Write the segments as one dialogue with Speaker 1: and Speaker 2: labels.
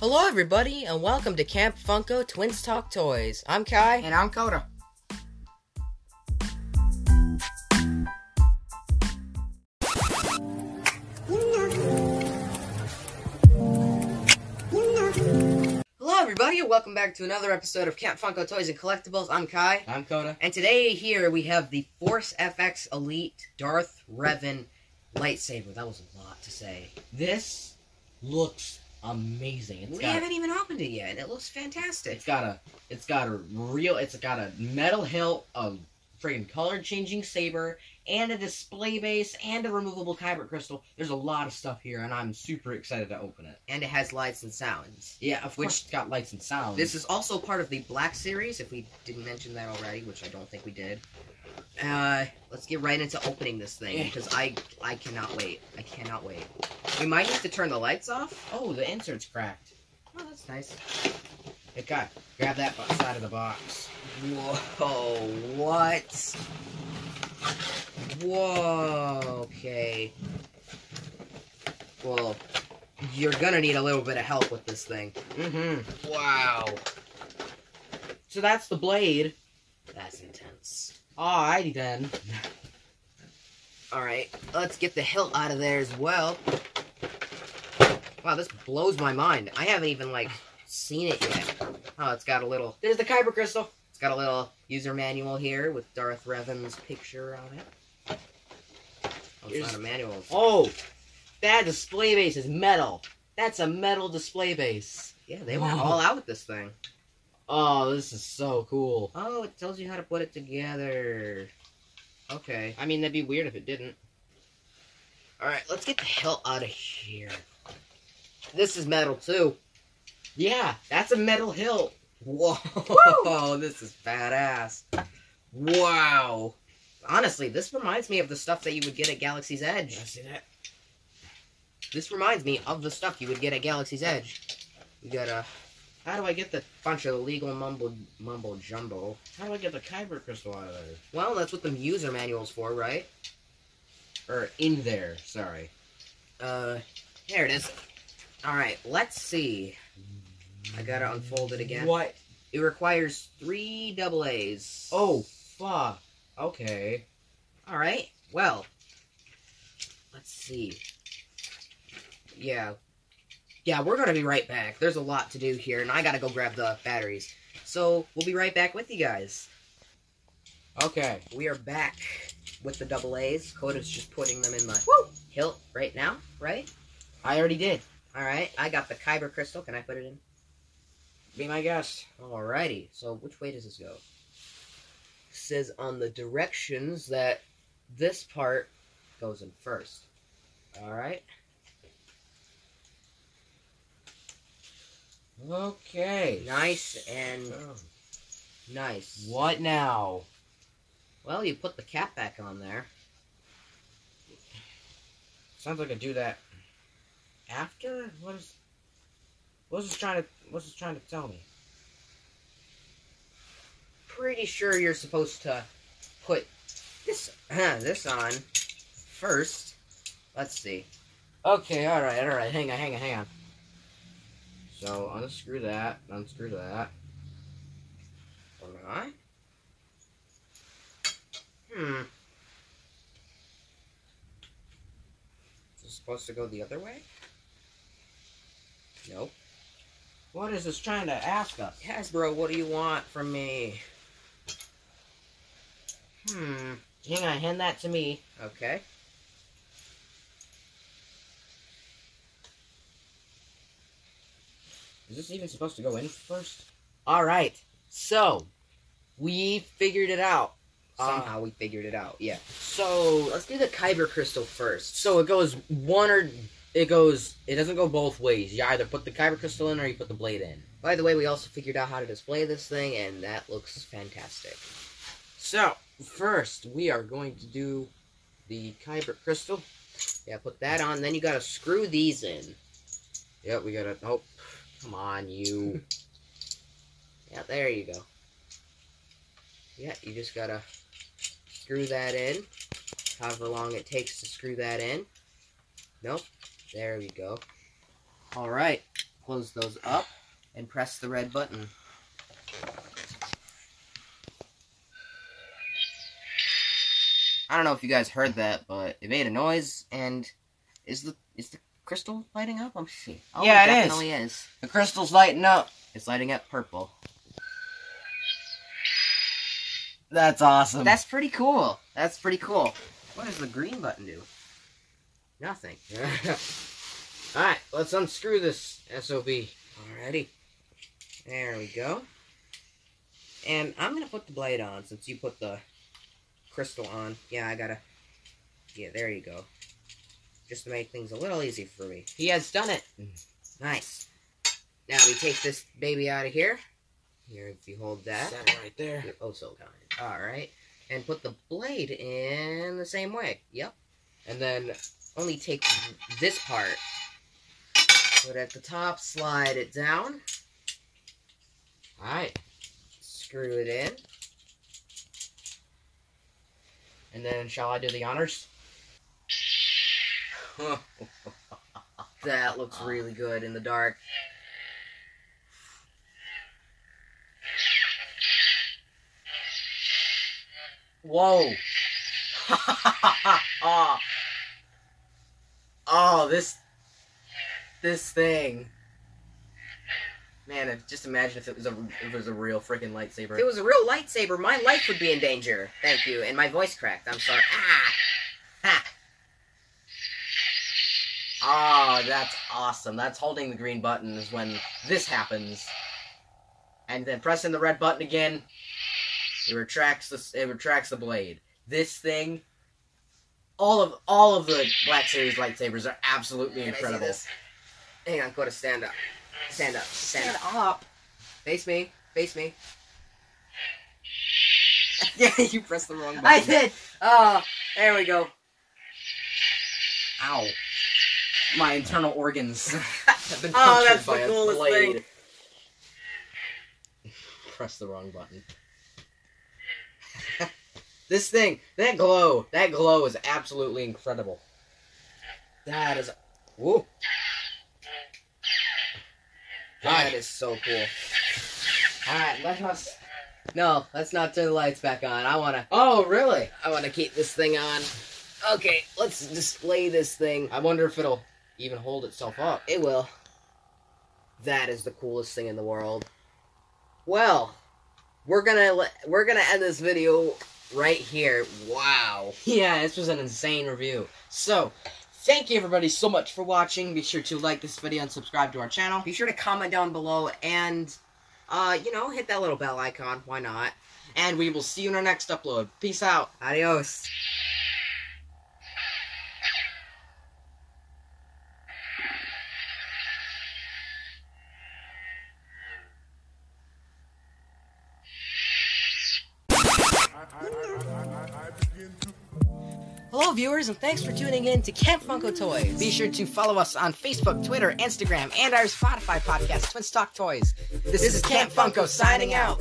Speaker 1: Hello, everybody, and welcome to Camp Funko Twins Talk Toys. I'm Kai.
Speaker 2: And I'm Coda.
Speaker 1: Hello, everybody, and welcome back to another episode of Camp Funko Toys and Collectibles. I'm Kai.
Speaker 2: I'm Coda.
Speaker 1: And today, here we have the Force FX Elite Darth Revan lightsaber. That was a lot to say.
Speaker 2: This looks amazing. It's
Speaker 1: we
Speaker 2: got
Speaker 1: haven't even opened it yet, and it looks fantastic.
Speaker 2: it's got a it's got a real it's got a metal hilt, a friggin' color changing saber, and a display base, and a removable kyber crystal. There's a lot of stuff here, and I'm super excited to open it.
Speaker 1: And it has lights and sounds.
Speaker 2: Yeah, of
Speaker 1: Which-
Speaker 2: which it's got lights and sound.
Speaker 1: This is also part of the Black Series, if we didn't mention that already, which I don't think we did. Uh, let's get right into opening this thing
Speaker 2: Yeah.
Speaker 1: because I I cannot wait. I cannot wait. We might need to turn the lights off.
Speaker 2: oh the insert's cracked.
Speaker 1: Oh, that's nice.
Speaker 2: It got grab that bo- side of the box.
Speaker 1: Whoa! What? Whoa! Okay. Well, you're gonna need a little bit of help with this thing.
Speaker 2: Mm-hmm.
Speaker 1: Wow,
Speaker 2: So that's the blade.
Speaker 1: that's intense.
Speaker 2: Alrighty then.
Speaker 1: All right, let's get the hilt out of there as well. Wow, this blows my mind. I haven't even like seen it yet. Oh, it's got a little,
Speaker 2: There's the kyber crystal.
Speaker 1: it's got a little user manual here with Darth Revan's picture on it. Oh, it's
Speaker 2: Here's-
Speaker 1: not a manual. It's-
Speaker 2: Oh, that display base is metal. That's a metal display base.
Speaker 1: Yeah, they went
Speaker 2: Wow.
Speaker 1: all out with this thing.
Speaker 2: Oh, this is so cool.
Speaker 1: Oh, it tells you how to put it together. Okay.
Speaker 2: I mean, that'd be weird if it didn't.
Speaker 1: All right, let's get the hilt out of here. This is metal too.
Speaker 2: Yeah, that's a metal hilt.
Speaker 1: Whoa, this is badass. Wow. Honestly, this reminds me of the stuff that you would get at Galaxy's Edge.
Speaker 2: see that?
Speaker 1: This reminds me of the stuff you would get at Galaxy's Edge. You got a
Speaker 2: How do I get the
Speaker 1: bunch of illegal mumble mumbo jumbo.
Speaker 2: How do I get the kyber crystal out of there?
Speaker 1: Well, that's what the user manual's for, right?
Speaker 2: Or in there? Sorry.
Speaker 1: Uh, here it is. All right, let's see. I gotta unfold it again.
Speaker 2: What?
Speaker 1: It requires three double A's.
Speaker 2: Oh, fuck. Okay.
Speaker 1: All right. Well, let's see. Yeah. Yeah, we're going to be right back. There's a lot to do here, and I got to go grab the batteries. So we'll be right back with you guys.
Speaker 2: Okay.
Speaker 1: We are back with the double A's. Coda's just putting them in the
Speaker 2: Woo!
Speaker 1: hilt right now, right?
Speaker 2: I already did.
Speaker 1: All right. I got the Kyber crystal. Can I put it in?
Speaker 2: Be my guest.
Speaker 1: Alrighty. So which way does this go? says on the directions that this part goes in first. Alright.
Speaker 2: Okay.
Speaker 1: Nice and
Speaker 2: Oh.
Speaker 1: nice.
Speaker 2: What now?
Speaker 1: Well, you put the cap back on there.
Speaker 2: Sounds like I do that after. What is? What's this trying to? What's this trying to tell me?
Speaker 1: Pretty sure you're supposed to put this this on first. Let's see.
Speaker 2: Okay, all right, all right. Hang on, hang on, hang on. So unscrew that, unscrew that.
Speaker 1: All right. Hmm. Is it supposed to go the other way? Nope.
Speaker 2: What is this trying to ask us?
Speaker 1: Hasbro, what do you want from me? Hmm.
Speaker 2: Hang on, hand that to me.
Speaker 1: Okay.
Speaker 2: Is this even supposed to go in first? All right. So we figured it out. Uh,
Speaker 1: Somehow we figured it out. Yeah.
Speaker 2: So
Speaker 1: Let's do the Kyber crystal first.
Speaker 2: So it goes one or it goes. It doesn't go both ways. You either put the kyber crystal in or you put the blade in.
Speaker 1: By the way, we also figured out how to display this thing, and that looks fantastic.
Speaker 2: So first, we are going to do the kyber crystal.
Speaker 1: Yeah, put that on. Then you gotta screw these in.
Speaker 2: Yep, we gotta. Oh,
Speaker 1: Come on, you. yeah, there you go. Yeah, you just gotta screw that in. However long it takes to screw that in. Nope. There we go. All right. Close those up and press the red button. I don't know if you guys heard that, but it made a noise and is the is the crystal lighting up? I'm see. Oh,
Speaker 2: Yeah,
Speaker 1: it
Speaker 2: it is.
Speaker 1: definitely is.
Speaker 2: The crystal's lighting up.
Speaker 1: It's lighting up purple.
Speaker 2: That's awesome.
Speaker 1: That's pretty cool. That's pretty cool. What does the green button do? Nothing. Alright, let's unscrew this SOB. Alrighty. There we go. And I'm gonna put the blade on since you put the crystal on. Yeah, I gotta. Yeah, there you go. Just to make things a little easy for me. He has done it! Nice. Now we take this baby out of here. Here, if you hold that.
Speaker 2: Set it right there.
Speaker 1: You're oh so kind. All right, and put the blade in the same way. Yep, and then only take this part. Put at the top, slide it down. All right, screw it in.
Speaker 2: And then shall I do the honors?
Speaker 1: That looks really good in the dark.
Speaker 2: Whoa. oh. oh, this this thing. Man, if, just imagine if it was a if it was a real freaking lightsaber.
Speaker 1: If it was a real lightsaber, my life would be in danger. Thank you, and my voice cracked. I'm sorry. Ah.
Speaker 2: Oh, that's awesome. That's holding the green button is when this happens. And then pressing the red button again, it retracts the it retracts the blade. This thing all of all of the Black Series lightsabers are
Speaker 1: Can
Speaker 2: absolutely
Speaker 1: I see
Speaker 2: incredible.
Speaker 1: this? Hang on, Coda, stand up. Stand up. Stand up.
Speaker 2: up.
Speaker 1: Face me. Face me.
Speaker 2: yeah, you pressed the wrong button.
Speaker 1: I did. Oh, there we go.
Speaker 2: Ow. My internal organs have been
Speaker 1: Oh,
Speaker 2: punctured
Speaker 1: that's the
Speaker 2: by a
Speaker 1: coolest
Speaker 2: blade.
Speaker 1: thing.
Speaker 2: Press the wrong button. this thing, that glow, that glow is absolutely incredible.
Speaker 1: That is
Speaker 2: Woo.
Speaker 1: that is so cool.
Speaker 2: All right, let us.
Speaker 1: No, let's not turn the lights back on. I wanna
Speaker 2: Oh, really?
Speaker 1: I wanna keep this thing on. Okay, let's display this thing.
Speaker 2: I wonder if it'll even hold itself up.
Speaker 1: It will. Eh, That is the coolest thing in the world. Well, we're gonna le- we're gonna end this video right here. Wow.
Speaker 2: Yeah, this was an insane review. So, thank you everybody so much for watching. Be sure to like this video and subscribe to our channel.
Speaker 1: Be sure to comment down below and uh, you know, hit that little bell icon. Why not?
Speaker 2: And we will see you in our next upload. Peace out.
Speaker 1: Adios.
Speaker 2: Hello, viewers, and thanks for tuning in to Camp Funko Toys. Be sure to follow us on Facebook, Twitter, Instagram, and our Spotify podcast, Twin Stock Toys. This, is, Camp Funko signing out.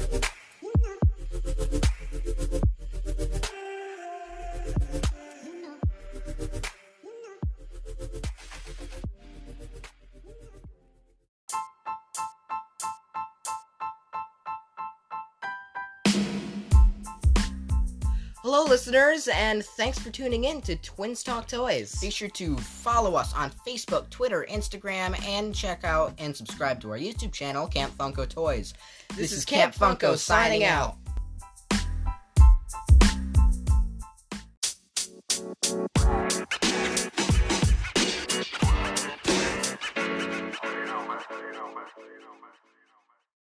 Speaker 1: Hello, listeners, and thanks for tuning in to Twins Talk Toys.
Speaker 2: Be sure to follow us on Facebook, Twitter, Instagram, and check out and subscribe to our YouTube channel, Camp Funko Toys. This,
Speaker 1: is Camp Funko signing out.